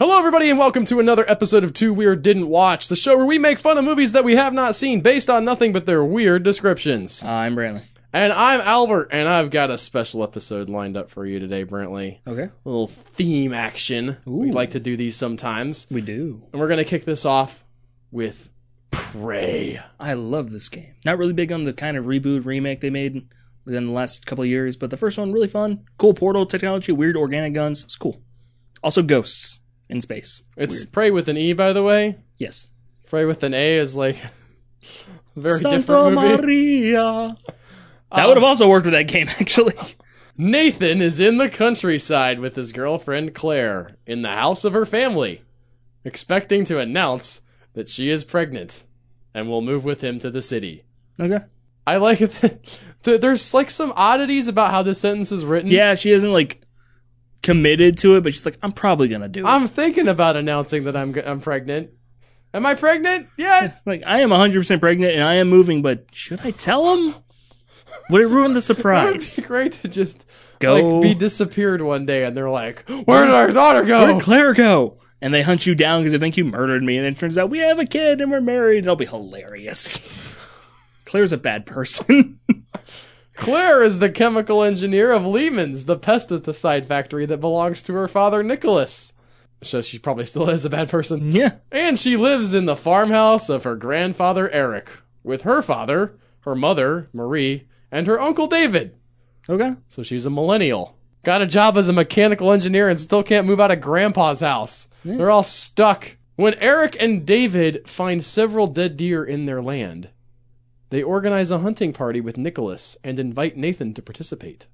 everybody, and welcome to another episode of Two Weird Didn't Watch, the show where we make fun of movies that we have not seen based on nothing but their weird descriptions. Uh, I'm Brantley. And I'm Albert, and I've got a special episode lined up for you today, Brantley. Okay. A little theme action. We Ooh. like to do these sometimes. We do. And we're going to kick this off with Prey. I love this game. Not really big on the kind of reboot remake they made within the last couple of years, but the first one really fun. Cool portal technology, weird organic guns. It's cool. Also ghosts in space. It's Weird. Prey with an E, by the way. yes. Prey with an A is like a very Santa different movie. Uh, Maria. That would have also worked with that game actually. Nathan is in the countryside with his girlfriend Claire in the house of her family, expecting to announce that she is pregnant and will move with him to the city. okay. I like it. That th- there's like some oddities about how this sentence is written. Yeah, she isn't like committed to it, but she's like, I'm probably gonna do it. I'm thinking about announcing that I'm g- I'm pregnant. Am I pregnant yet? like, I am 100 percent pregnant and I am moving, but should I tell him? Would it ruin the surprise? It's great to just Go. like be disappeared one day, and they're like, "Where did our daughter Where go?" did Claire go? Oh. And they hunt you down because they think you murdered me. And then it turns out we have a kid and we're married. It'll be hilarious. Claire's a bad person. Claire is the chemical engineer of Lehman's, the pesticide factory that belongs to her father, Nicholas. So she probably still is a bad person. yeah. And she lives in the farmhouse of her grandfather, Eric, with her father, her mother, Marie, and her uncle, David. Okay. So she's a millennial. Got a job as a mechanical engineer and still can't move out of grandpa's house. They're all stuck. When Eric and David find several dead deer in their land, they organize a hunting party with Nicholas and invite Nathan to participate.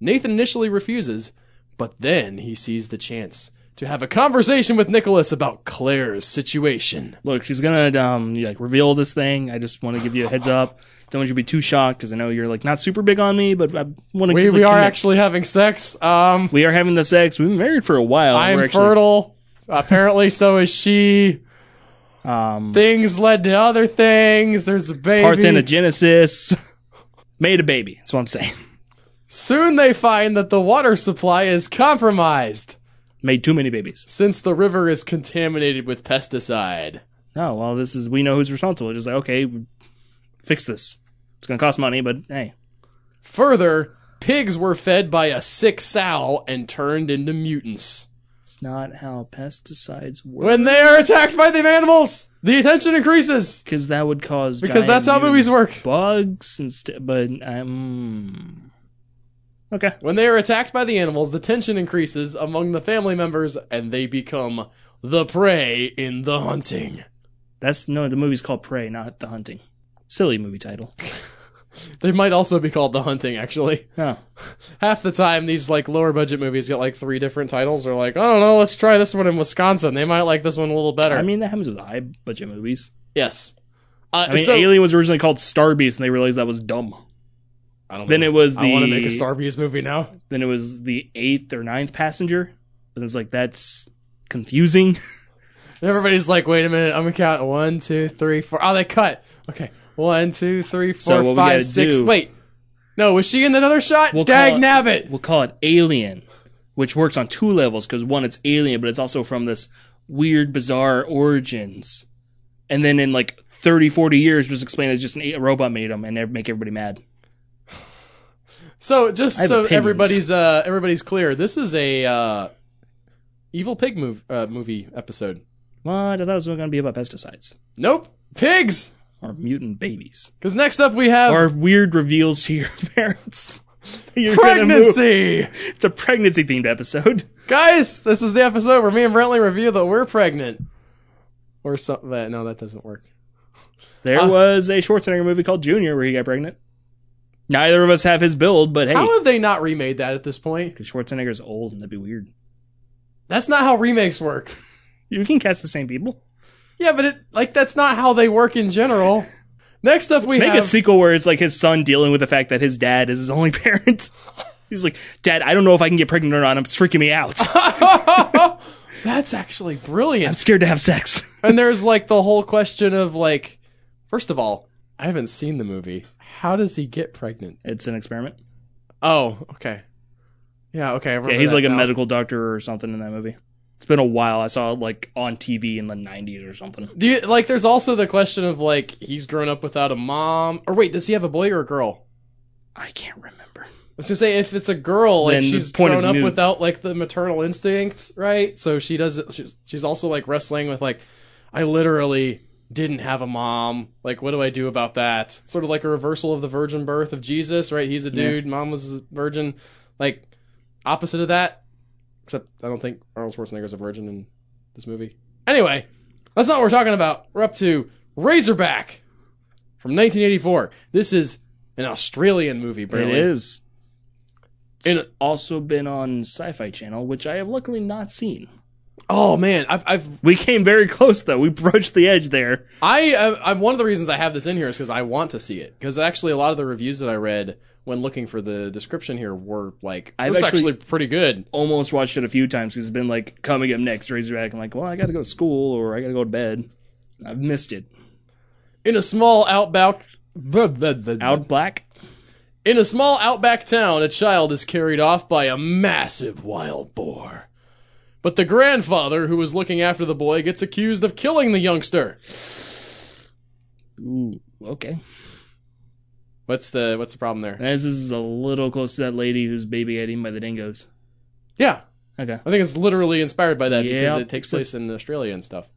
Nathan initially refuses, but then he sees the chance to have a conversation with Nicholas about Claire's situation. Look, she's gonna um like reveal this thing. I just want to give you a heads up. Don't want you to be too shocked because I know you're like not super big on me, but I want to. We, we are actually having sex. Um, we are having the sex. We've been married for a while. and we're I'm actually- fertile. Apparently, so is she. Um, things led to other things. There's a baby. parthenogenesis. Made a baby. That's what I'm saying. Soon they find that the water supply is compromised Made too many babies. since the river is contaminated with pesticide. Oh well, this is we know who's responsible. Just like okay, fix this. It's gonna cost money, but hey, Further, pigs were fed by a sick sow and turned into mutants. It's not how pesticides work. When they are attacked by the animals, the attention increases Because that would cause because giant that's how new movies work. bugs and stuff. But um, okay, When they are attacked by the animals, the tension increases among the family members and they become the prey in the hunting. that's no. The movie's called Prey, not The Hunting. Silly movie title. They might also be called the hunting, actually. Huh. half the time these like lower budget movies get like three different titles they're like i don't know let's try this one in wisconsin they might like this one a little better I mean, that happens with high budget movies. yes uh, I mean, so- Alien was originally called Star Beast, and they realized that was dumb. I don't Then know. it was i want to the- make a starbees movie now Then it was the eighth or ninth passenger, and it's like that's confusing. everybody's like wait a minute i'm gonna count one two three four oh they cut okay one two three So four what we five gotta six do- wait no was she in another shot We'll dag call it- nabbit we'll call it Alien, which works on two levels because one, it's Alien, but it's also from this weird, bizarre origins. And then in like 30, 40 years, just explain it's just an, a robot made them and ev- make everybody mad. so just I have so opinions. everybody's uh everybody's clear this is a uh evil pig move, uh, movie episode What? I thought it was going to be about pesticides nope pigs or mutant babies because next up we have or weird reveals to your parents. You're gonna move- pregnancy. It's a pregnancy themed episode. Guys, this is the episode where me and Brentley review that we're pregnant. Or something that no, that doesn't work. There Uh. was a Schwarzenegger movie called Junior where he got pregnant. Neither of us have his build, but hey, How have they not remade that at this point? because Schwarzenegger's old and that'd be weird. That's not how remakes work. You can cast the same people. Yeah, but it like that's not how they work in general. Next up we Make a have sequel where it's like his son dealing with the fact that his dad is his only parent. He's like, Dad, I don't know if I can get pregnant or not. It's freaking me out. I'm That's actually brilliant. scared to have sex. And there's like the whole question of like first of all, I haven't seen the movie. How does he get pregnant? It's an experiment. Oh, okay. Yeah, okay. I remember Yeah, he's that like a now. medical doctor or something in that movie. It's been a while. I saw it like on TV in the 90s or something. Do you like? There's also the question of like he's grown up without a mom, or wait, does he have a boy or a girl? I can't remember. I was gonna say if it's a girl, like Then the she's point grown is up moot. without like the maternal instincts, right? So she does. She's she's also like wrestling with like, I literally didn't have a mom. Like, what do I do about that? Sort of like a reversal of the virgin birth of Jesus, right? He's a Yeah. dude, mom was a virgin. Like, opposite of that. Except I don't think Arnold Schwarzenegger's a virgin in this movie. Anyway, that's not what we're talking about. We're up to Razorback from 1984. This is an Australian movie, Brandon. It is. In- Also been on Sci-Fi Channel, which I have luckily not seen. Oh man, I've, I've We came very close though. We broached the edge there. I I- I'm one of the reasons I have this in here is because I want to see it. Because actually, a lot of the reviews that I read when looking for the description here were like, I've "This is actually- actually pretty good." Almost watched it a few times because it's been like coming up next, Razorback. I'm like, well, I got to go to school or I got to go to bed. I've missed it. In a small outback, blah, blah, blah, blah. Out Black. in a small outback town, a child is carried off by a massive wild boar. But the grandfather who was looking after the boy gets accused of killing the youngster. Ooh, okay. What's the what's the problem there? This is a little close to that lady whose baby got eaten by the dingoes. Yeah, Okay. I think it's literally inspired by that because Yeah. it takes place in Australia and stuff.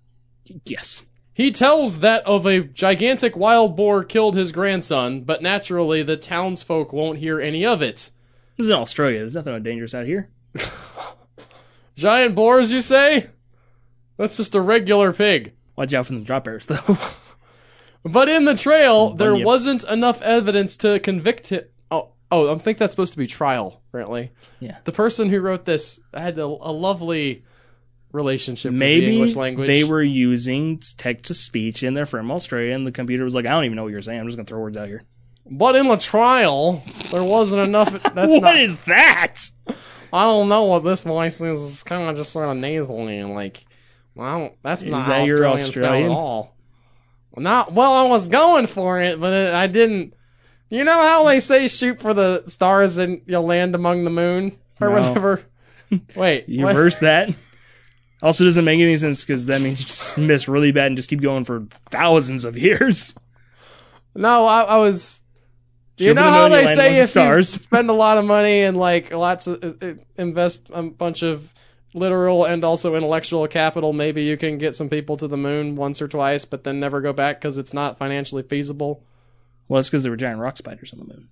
Yes. He tells that of a gigantic wild boar killed his grandson, but naturally the townsfolk won't hear any of it. This is in Australia. There's nothing dangerous out here. Giant boars, you say? That's just a regular pig. Watch out for them drop bears, though. But in the trail, there Bunyip. wasn't enough evidence to convict him. Oh, oh, I think that's supposed to be trial, apparently. Yeah. The person who wrote this had a, a lovely relationship with the Maybe English language. they were using text to speech and they're from Australia, and the computer was like, I don't even know what you're saying. I'm just going to throw words out here. But in the trial, there wasn't enough. That's What is not, that? I don't know what this voice is. It's kind of just sort of nasally and like, well, that's Is not that your Australian, style Australian? at all. Not well. I was going for it, but it, I didn't. You know how they say shoot for the stars and you'll land among the moon or No. whatever. Wait, You what? reverse that. Also, doesn't make any sense because that means you just miss really bad and just keep going for thousands of years. no, I, I was. You Shoot for know the how moon, you they land say amongst the if you stars. spend a lot of money and like lots of uh, uh, invest a bunch of literal and also intellectual capital, maybe you can get some people to the moon once or twice, but then never go back because it's not financially feasible. Well, that's because there were giant rock spiders on the moon.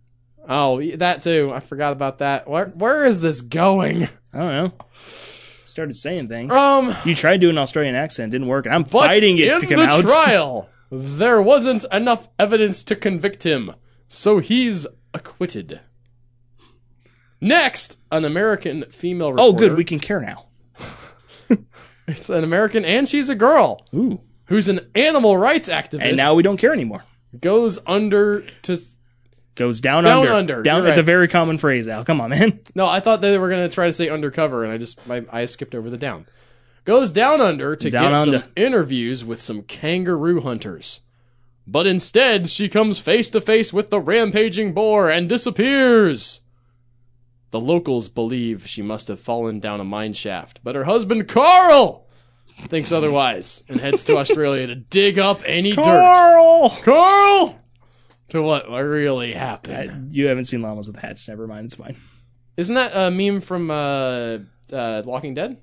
Oh, y- that too. I forgot about that. Where where is this going? I don't know. Started saying things. Um, You tried doing an Australian accent, didn't work, and I'm but fighting it in to come the out. trial, there wasn't enough evidence to convict him, so he's acquitted. Next, an American female reporter. oh, good, we can care now. It's an American and she's a girl Ooh, who's an animal rights activist and now we don't care anymore. goes under to. Goes down, Down under. under, Down. you're It's a right. very common phrase, Al. Come on, man. No, I thought they were going to try to say undercover, and I just my, I skipped over the down. Goes down under to Down get under. some interviews with some kangaroo hunters, but instead she comes face to face with the rampaging boar and disappears. The locals believe she must have fallen down a mine shaft, but her husband Carl thinks otherwise and heads to Australia to dig up any dirt. Carl. Carl, to what really happened. You haven't seen llamas with hats. Never mind. It's fine. Isn't that a meme from uh, uh, Walking Dead?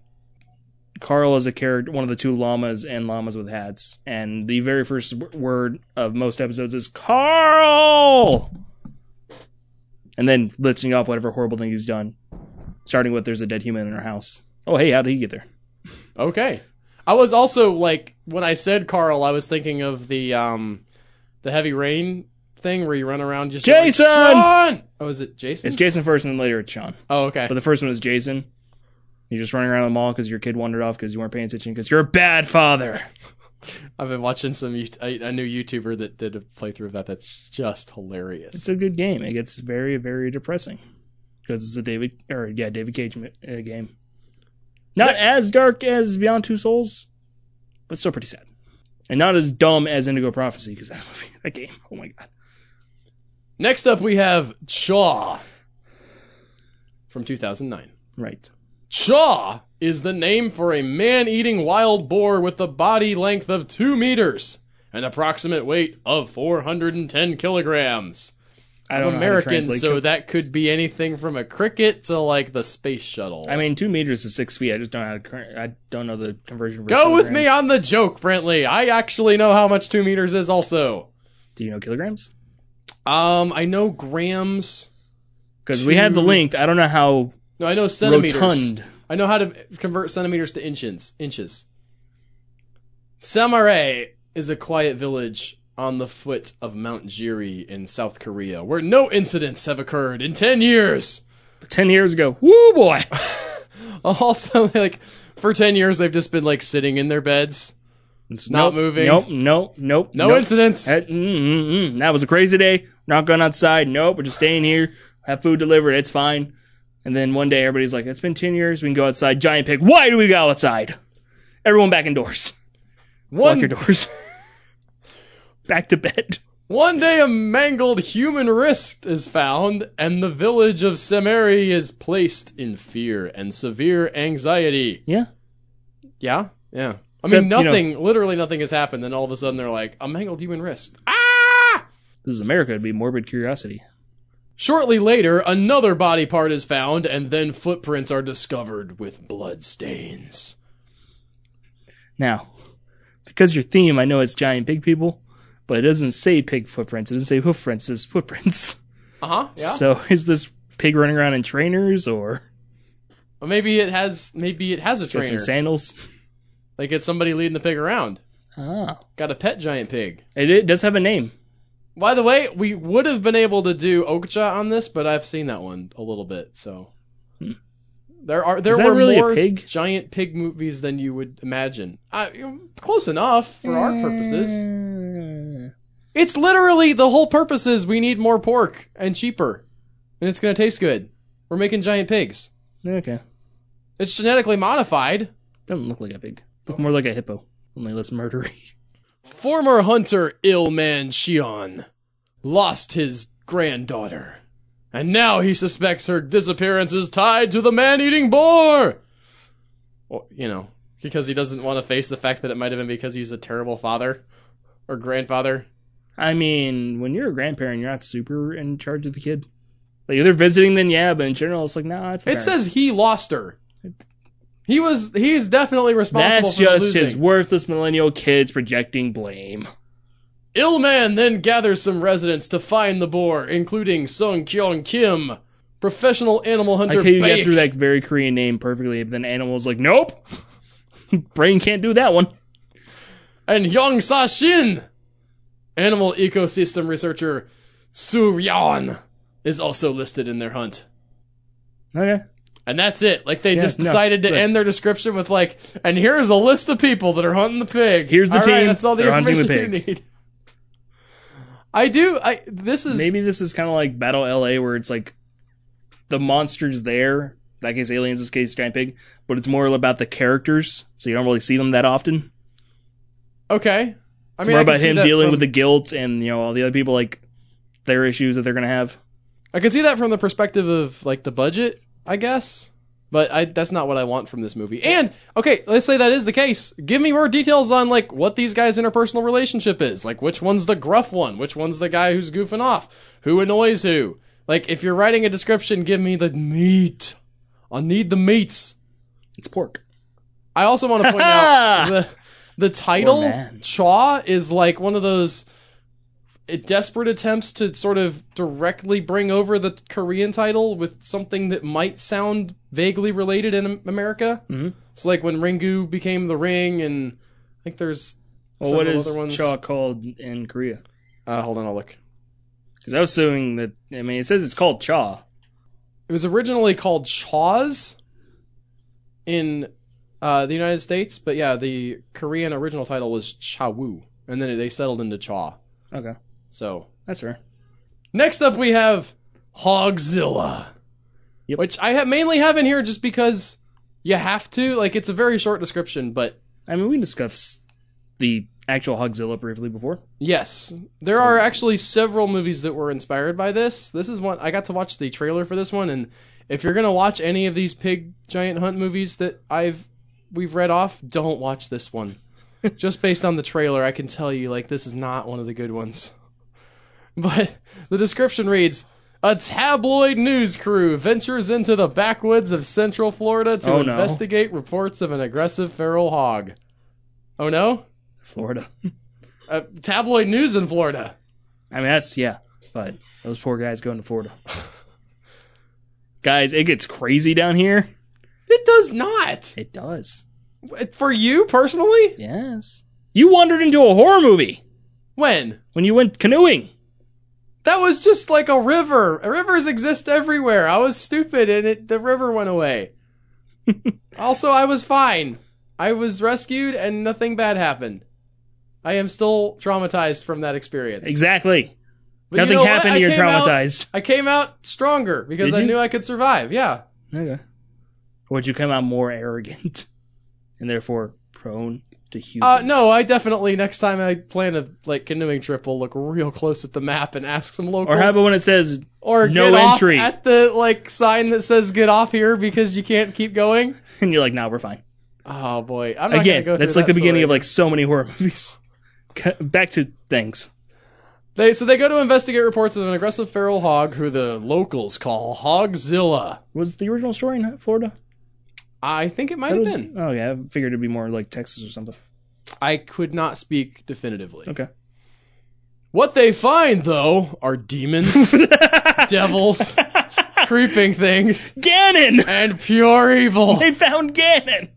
Carl is a character, one of the two llamas and llamas with hats, and the very first w- word of most episodes is Carl, and then listing off whatever horrible thing he's done, starting with "There's a dead human in our house." Oh, hey, how did he get there? Okay. I was also like when I said Carl, I was thinking of the um, the heavy rain thing where you run around just yelling, Jason! "Sean!" Oh, is it Jason? It's Jason first, and then later it's Sean. oh, okay. But the first one is Jason. You're just running around the mall because your kid wandered off because you weren't paying attention because you're a bad father. I've been watching some Yout- a, a new YouTuber that did a playthrough of that. That's just hilarious. It's a good game. It gets very, very depressing because it's a David or yeah David Cage mi- uh, game. Not as dark as Beyond Two Souls, but still pretty sad, and not as dumb as Indigo Prophecy because that movie, that game. Oh my god, Next up, we have Chaw from 2009. right? Chaw is the name for a man eating wild boar with a body length of 2 meters, an approximate weight of 410 kilograms. I I'm don't know how to American, translate so it. that could be anything from a cricket to like the space shuttle. I mean, two meters is six feet. I just don't know. How to, cur- I don't know the conversion. for Go with me kilograms. on the joke, Brantley. I actually know how much two meters is also. Do you know kilograms? Um, I know grams. Because we had the Two- length. I don't know how No, I know centimeters. rotund. I know how to convert centimeters to inches. Inches. Samare is a quiet village on the foot of Mount Jiri in South Korea, where no incidents have occurred in ten years. Ten years ago. Woo boy. Also, like for ten years, they've just been like sitting in their beds, It's Not moving. Nope. Nope. Nope. no nope. incidents. That, mm, mm, mm. that was a crazy day. We're not going outside. Nope. We're just staying here. Have food delivered. It's fine. And then one day everybody's like, it's been 10 years. We can go outside. Giant pig. Why do we go outside? Everyone back indoors. Lock One your doors. back to bed. One day a mangled human wrist is found, and the village of Semeri is placed in fear and severe anxiety. Yeah. Yeah? Yeah. I mean, Except, you know- nothing, literally nothing has happened, then all of a sudden they're like, a mangled human wrist. Ah! This is America. It'd be morbid curiosity. Shortly later, another body part is found, and then footprints are discovered with blood stains. Now, because your theme, I know it's giant pig people, but it doesn't say pig footprints. It doesn't say hoof prints. It's footprints. Uh huh. Yeah. So is this pig running around in trainers or Or maybe it has, maybe it has a got some trainer. sandals? Like it's somebody leading the pig around. Ah. Got a pet giant pig. It, it does have a name. By the way, we would have been able to do Okja on this, but I've seen that one a little bit. So Hmm. there are there that were really a more pig? giant pig movies than you would imagine. I, close enough for our Hmm. purposes. It's literally the whole purpose is we need more pork and cheaper, and it's going to taste good. We're making giant pigs. Eh. Okay. It's genetically modified. Doesn't look like a pig. Look more like a hippo, only less murdery. Former hunter Illman Shion lost his granddaughter, and now he suspects her disappearance is tied to the man-eating boar. Well, you know, because he doesn't want to face the fact that it might have been because he's a terrible father or grandfather. I mean, when you're a grandparent, you're not super in charge of the kid. Like, if they're visiting, then yeah, but in general, it's like, nah, it's the It parent. says he lost her. He was he's definitely responsible That's for the just losing. his worthless millennial kids projecting blame. Illman then gathers some residents to find the boar, including Sung Kyung Kim, professional animal I hunter. can you get Baek. through that very Korean name perfectly, but then animals like, nope, brain can't do that one. and Yong Sa Shin. Animal ecosystem researcher Su Ryan is also listed in their hunt. Okay, And that's it. Like they Yeah, just no, decided to right. end their description with like, and here's a list of people that are hunting the pig. Here's All the right, team. that's all the They're hunting the information you need. I do. I this is maybe this is kind of like Battle LA, where it's like the monsters there. In that case, aliens. This case, giant pig. But it's more about the characters, so you don't really see them that often. okay. I It's mean, more I can about see him that dealing from- with the guilt and you know all the other people like their issues that they're gonna have. I can see that from the perspective of like the budget, I guess. But I, that's not what I want from this movie. And okay, let's say that is the case. Give me more details on like what these guys' interpersonal relationship is. Like which one's the gruff one, which one's the guy who's goofing off, who annoys who. Like if you're writing a description, give me the meat. I need the meats. It's pork. I also want to point out the the Poor title man. Chaw is like one of those eh, desperate attempts to sort of directly bring over the Korean title with something that might sound vaguely related in Am- America. Mhm. So like when Ringu became the Ring, and I think there's Well, what several is other ones. Shaw called in Korea? Uh, hold on, I'll look. Because I was assuming that. I mean, it says it's called Chaw. It was originally called Chaws in uh, the United States, but yeah, the Korean original title was Chawu, and then they settled into Chaw. Okay, So that's fair. Next up, we have Hogzilla, Yep. which I ha- mainly have in here just because you have to. Like, it's a very short description, but I mean, we can discuss the actual Hogzilla briefly before. Yes, there are actually several movies that were inspired by this. This is one I got to watch the trailer for this one, and if you're gonna watch any of these pig giant hunt movies that I've we've read off, don't watch this one. Just based on the trailer, I can tell you like this is not one of the good ones. But the description reads. A tabloid news crew ventures into the backwoods of central Florida to Oh, no. investigate reports of an aggressive feral hog. Oh no? Florida. Uh, tabloid news in Florida. I mean, that's yeah, but those poor guys going to Florida. guys, it gets crazy down here. It does not. It does. For you personally? Yes. You wandered into a horror movie When? when you went canoeing. That was just like a river. Rivers exist everywhere. I was stupid and it the river went away. also, I was fine. I was rescued and nothing bad happened. I am still traumatized from that experience. Exactly. But you Nothing know what? happened. I You're came out- traumatized. I came out stronger because Did I you? knew I could survive. Yeah. Okay. Or would you come out more arrogant and therefore prone to hubris? Uh, no, I definitely next time I plan a like canoeing trip, will look real close at the map and ask some locals. Or how about when it says or No get entry. off at the like sign that says "Get off here" because you can't keep going. and you're like, "Nah, we're fine." Oh boy, I'm not Again, gonna go that's through like that the beginning story. of like so many horror movies. Cut- Back to things. They so they go to investigate reports of an aggressive feral hog who the locals call Hogzilla. Was the original story in Florida? I think it might have That was- been. Oh yeah, I figured it'd be more like Texas or something. I could not speak definitively. Okay. What they find though are demons, devils, creeping things, Gannon. and pure evil. They found Gannon.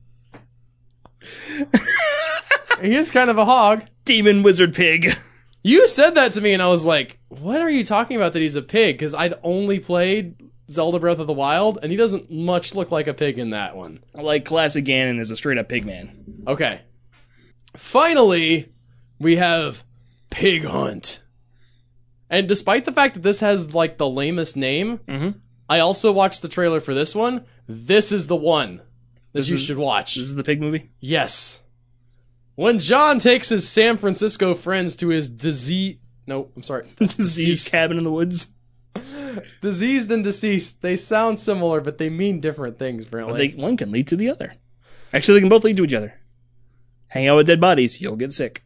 he is kind of a hog. Demon wizard pig. You said that to me, and I was like, "What are you talking about? That he's a pig?" Because I'd only played Zelda Breath of the Wild, and he doesn't much look like a pig in that one. Like classic Gannon is a straight up pig man. Okay. Finally, we have Pig Hunt, and despite the fact that this has like the lamest name, Mhm. I also watched the trailer for this one. This is the one that you is- should watch. This is the pig movie. Yes. When John takes his San Francisco friends to his disease. No, I'm sorry. That's Disease diseased. cabin in the woods. Diseased and deceased. They sound similar, but they mean different things, But apparently. they, one can lead to the other. Actually, they can both lead to each other. Hang out with dead bodies, you'll get sick.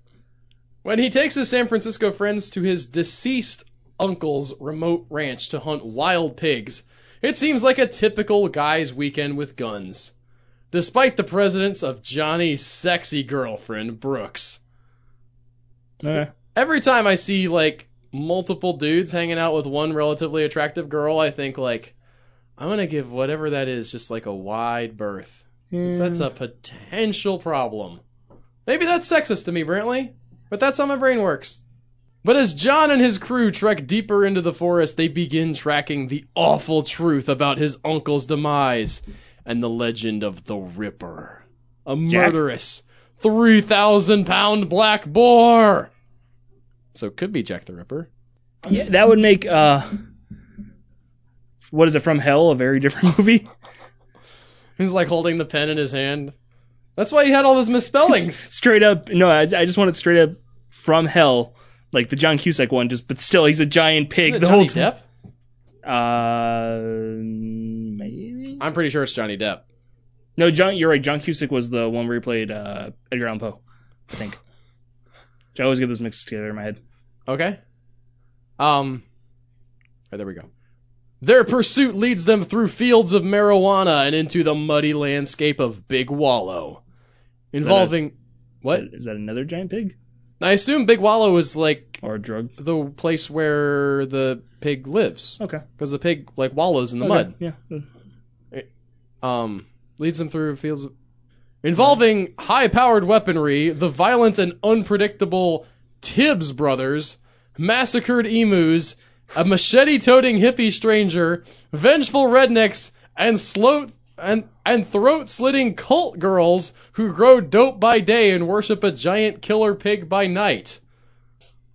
When he takes his San Francisco friends to his deceased uncle's remote ranch to hunt wild pigs, it seems like a typical guy's weekend with guns. Despite the presence of Johnny's sexy girlfriend, Brooks. Okay. every time I see like multiple dudes hanging out with one relatively attractive girl, I think like I'm gonna give whatever that is just like a wide berth. 'Cause That's Hmm. uh, a potential problem. Maybe that's sexist to me, Brantley, but that's how my brain works. But as John and his crew trek deeper into the forest, they begin tracking the awful truth about his uncle's demise and the legend of the Ripper, a Jack? murderous 3,000 pound black boar. So it could be Jack the Ripper. Yeah, that would make uh, what is it from Hell? A very different movie. He's like holding the pen in his hand. That's why he had all those misspellings. straight up. No, I, I just wanted straight up from Hell, like the John Cusack one. Just, but still, he's a giant pig Isn't it the Johnny whole time. Depp? Uh, maybe. I'm pretty sure it's Johnny Depp. No, John. You're right. John Cusack was the one where he played uh, Edgar Allan Poe. I think. I always get this mixed together in my head. Okay. Um. oh, there we go. Their pursuit leads them through fields of marijuana and into the muddy landscape of Big Wallow, that a- involving. What? Is that, is that another giant pig I assume Big Wallow is like or a drug? the place where the pig lives, Okay. because the pig like wallows in the Okay, mud. Yeah. um, leads them through fields of- involving high-powered weaponry, the violent and unpredictable Tibbs brothers, massacred emus, a machete-toting hippie stranger, vengeful rednecks, and slow and and throat-slitting cult girls who grow dope by day and worship a giant killer pig by night.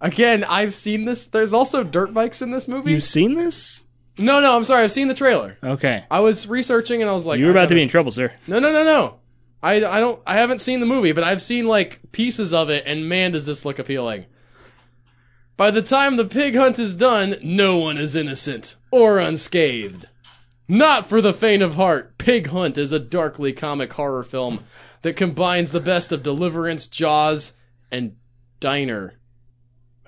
Again, I've seen this. There's also dirt bikes in this movie. You've seen this? No, no, I'm sorry. I've seen the trailer. Okay. I was researching and I was like, You were I about to gotta- be in trouble, sir. no, no, no, no. I I don't I haven't seen the movie, but I've seen like pieces of it, and man, does this look appealing. By the time the pig hunt is done, no one is innocent or unscathed. Not for the faint of heart, Pig Hunt is a darkly comic horror film that combines the best of Deliverance, Jaws, and Diner.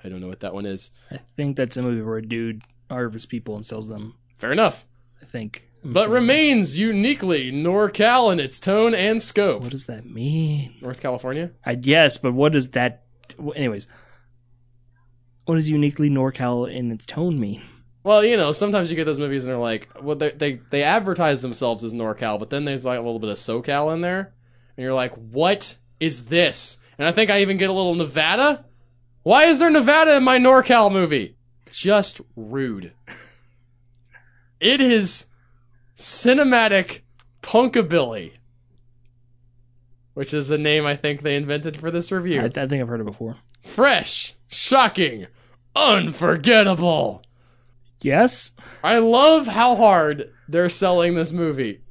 I don't know what that one is. I think that's a movie where a dude harvests people and sells them. Fair enough. I think. But remains uniquely NorCal in its tone and scope. What does that mean? North California? I guess, but what does that? Anyways, what does uniquely NorCal in its tone mean? Well, you know, sometimes you get those movies and they're like, well, they they, they advertise themselves as NorCal, but then there's like a little bit of SoCal in there, and you're like, what is this? And I think I even get a little Nevada. Why is there Nevada in my NorCal movie? Just rude. It is cinematic punkabilly, which is a name I think they invented for this review. I, I think I've heard it before. Fresh, shocking, unforgettable. Yes, I love how hard they're selling this movie.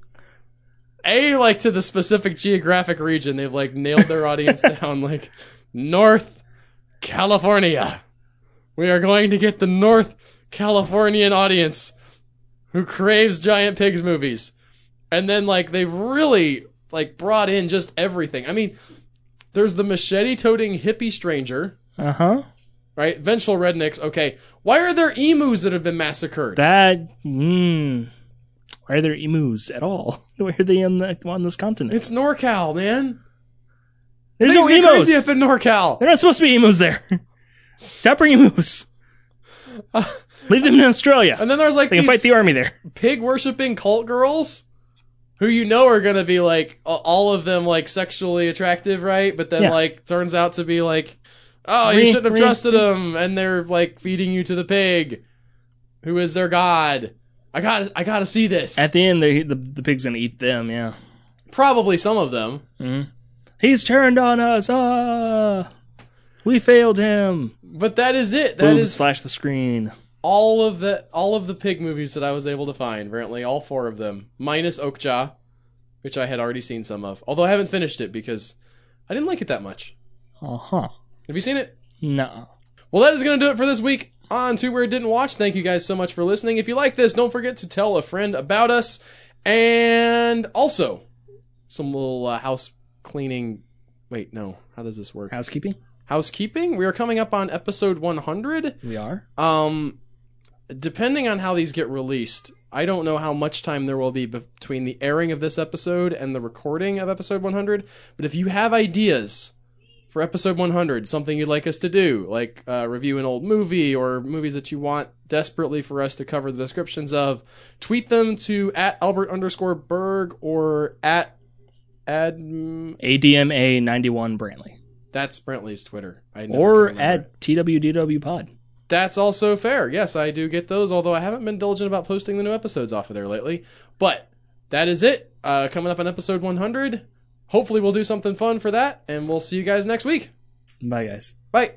A like to the specific geographic region they've like nailed their audience down like North California. We are going to get the North Californian audience who craves giant pigs movies. And then like they've really like brought in just everything. I mean, there's the machete toting hippie stranger, uh huh. right? Vengeful rednecks. Okay. Why are there emus that have been massacred? That mm, why are there emus at all? Why are they on the, on this continent? It's NorCal, man. There's no Things get emus. crazy up in NorCal. They're not supposed to be emus there. Stop bringing emus. Leave them in Australia. And then there's like They can these fight the army there. pig worshipping cult girls who you know are going to be like a- all of them like sexually attractive, right? But then Yeah. like turns out to be like, oh, you Re- shouldn't have re- trusted them, and they're like feeding you to the pig, who is their god. I got to I got to see this. At the end, they, the the pig's gonna eat them. Yeah. Probably some of them. hmm He's turned on us. Ah, we failed him. But that is it. That Boom! is Flash the screen. all of the all of the pig movies that I was able to find, apparently all four of them, minus Oakjaw, which I had already seen some of. Although I haven't finished it because I didn't like it that much. Uh huh. Have you seen it? No. Well, that is going to do it for this week on Two Weird Didn't Watch. Thank you guys so much for listening. If you like this, don't forget to tell a friend about us. And also, some little uh, house cleaning. Wait, no. How does this work? Housekeeping. Housekeeping? We are coming up on episode 100. We are. Um, depending on how these get released, I don't know how much time there will be between the airing of this episode and the recording of episode 100. But if you have ideas for episode 100, something you'd like us to do, like uh, review an old movie or movies that you want desperately for us to cover the descriptions of, tweet them to at Albert underscore Berg or at Ad. ADMA ninety one Brantley That's Brentley's Twitter. I never or can remember it. at TWDW Pod. That's also fair. Yes, I do get those, although I haven't been diligent about posting the new episodes off of there lately. But that is it. Uh, coming up on episode 100. Hopefully, we'll do something fun for that, and we'll see you guys next week. Bye guys. Bye.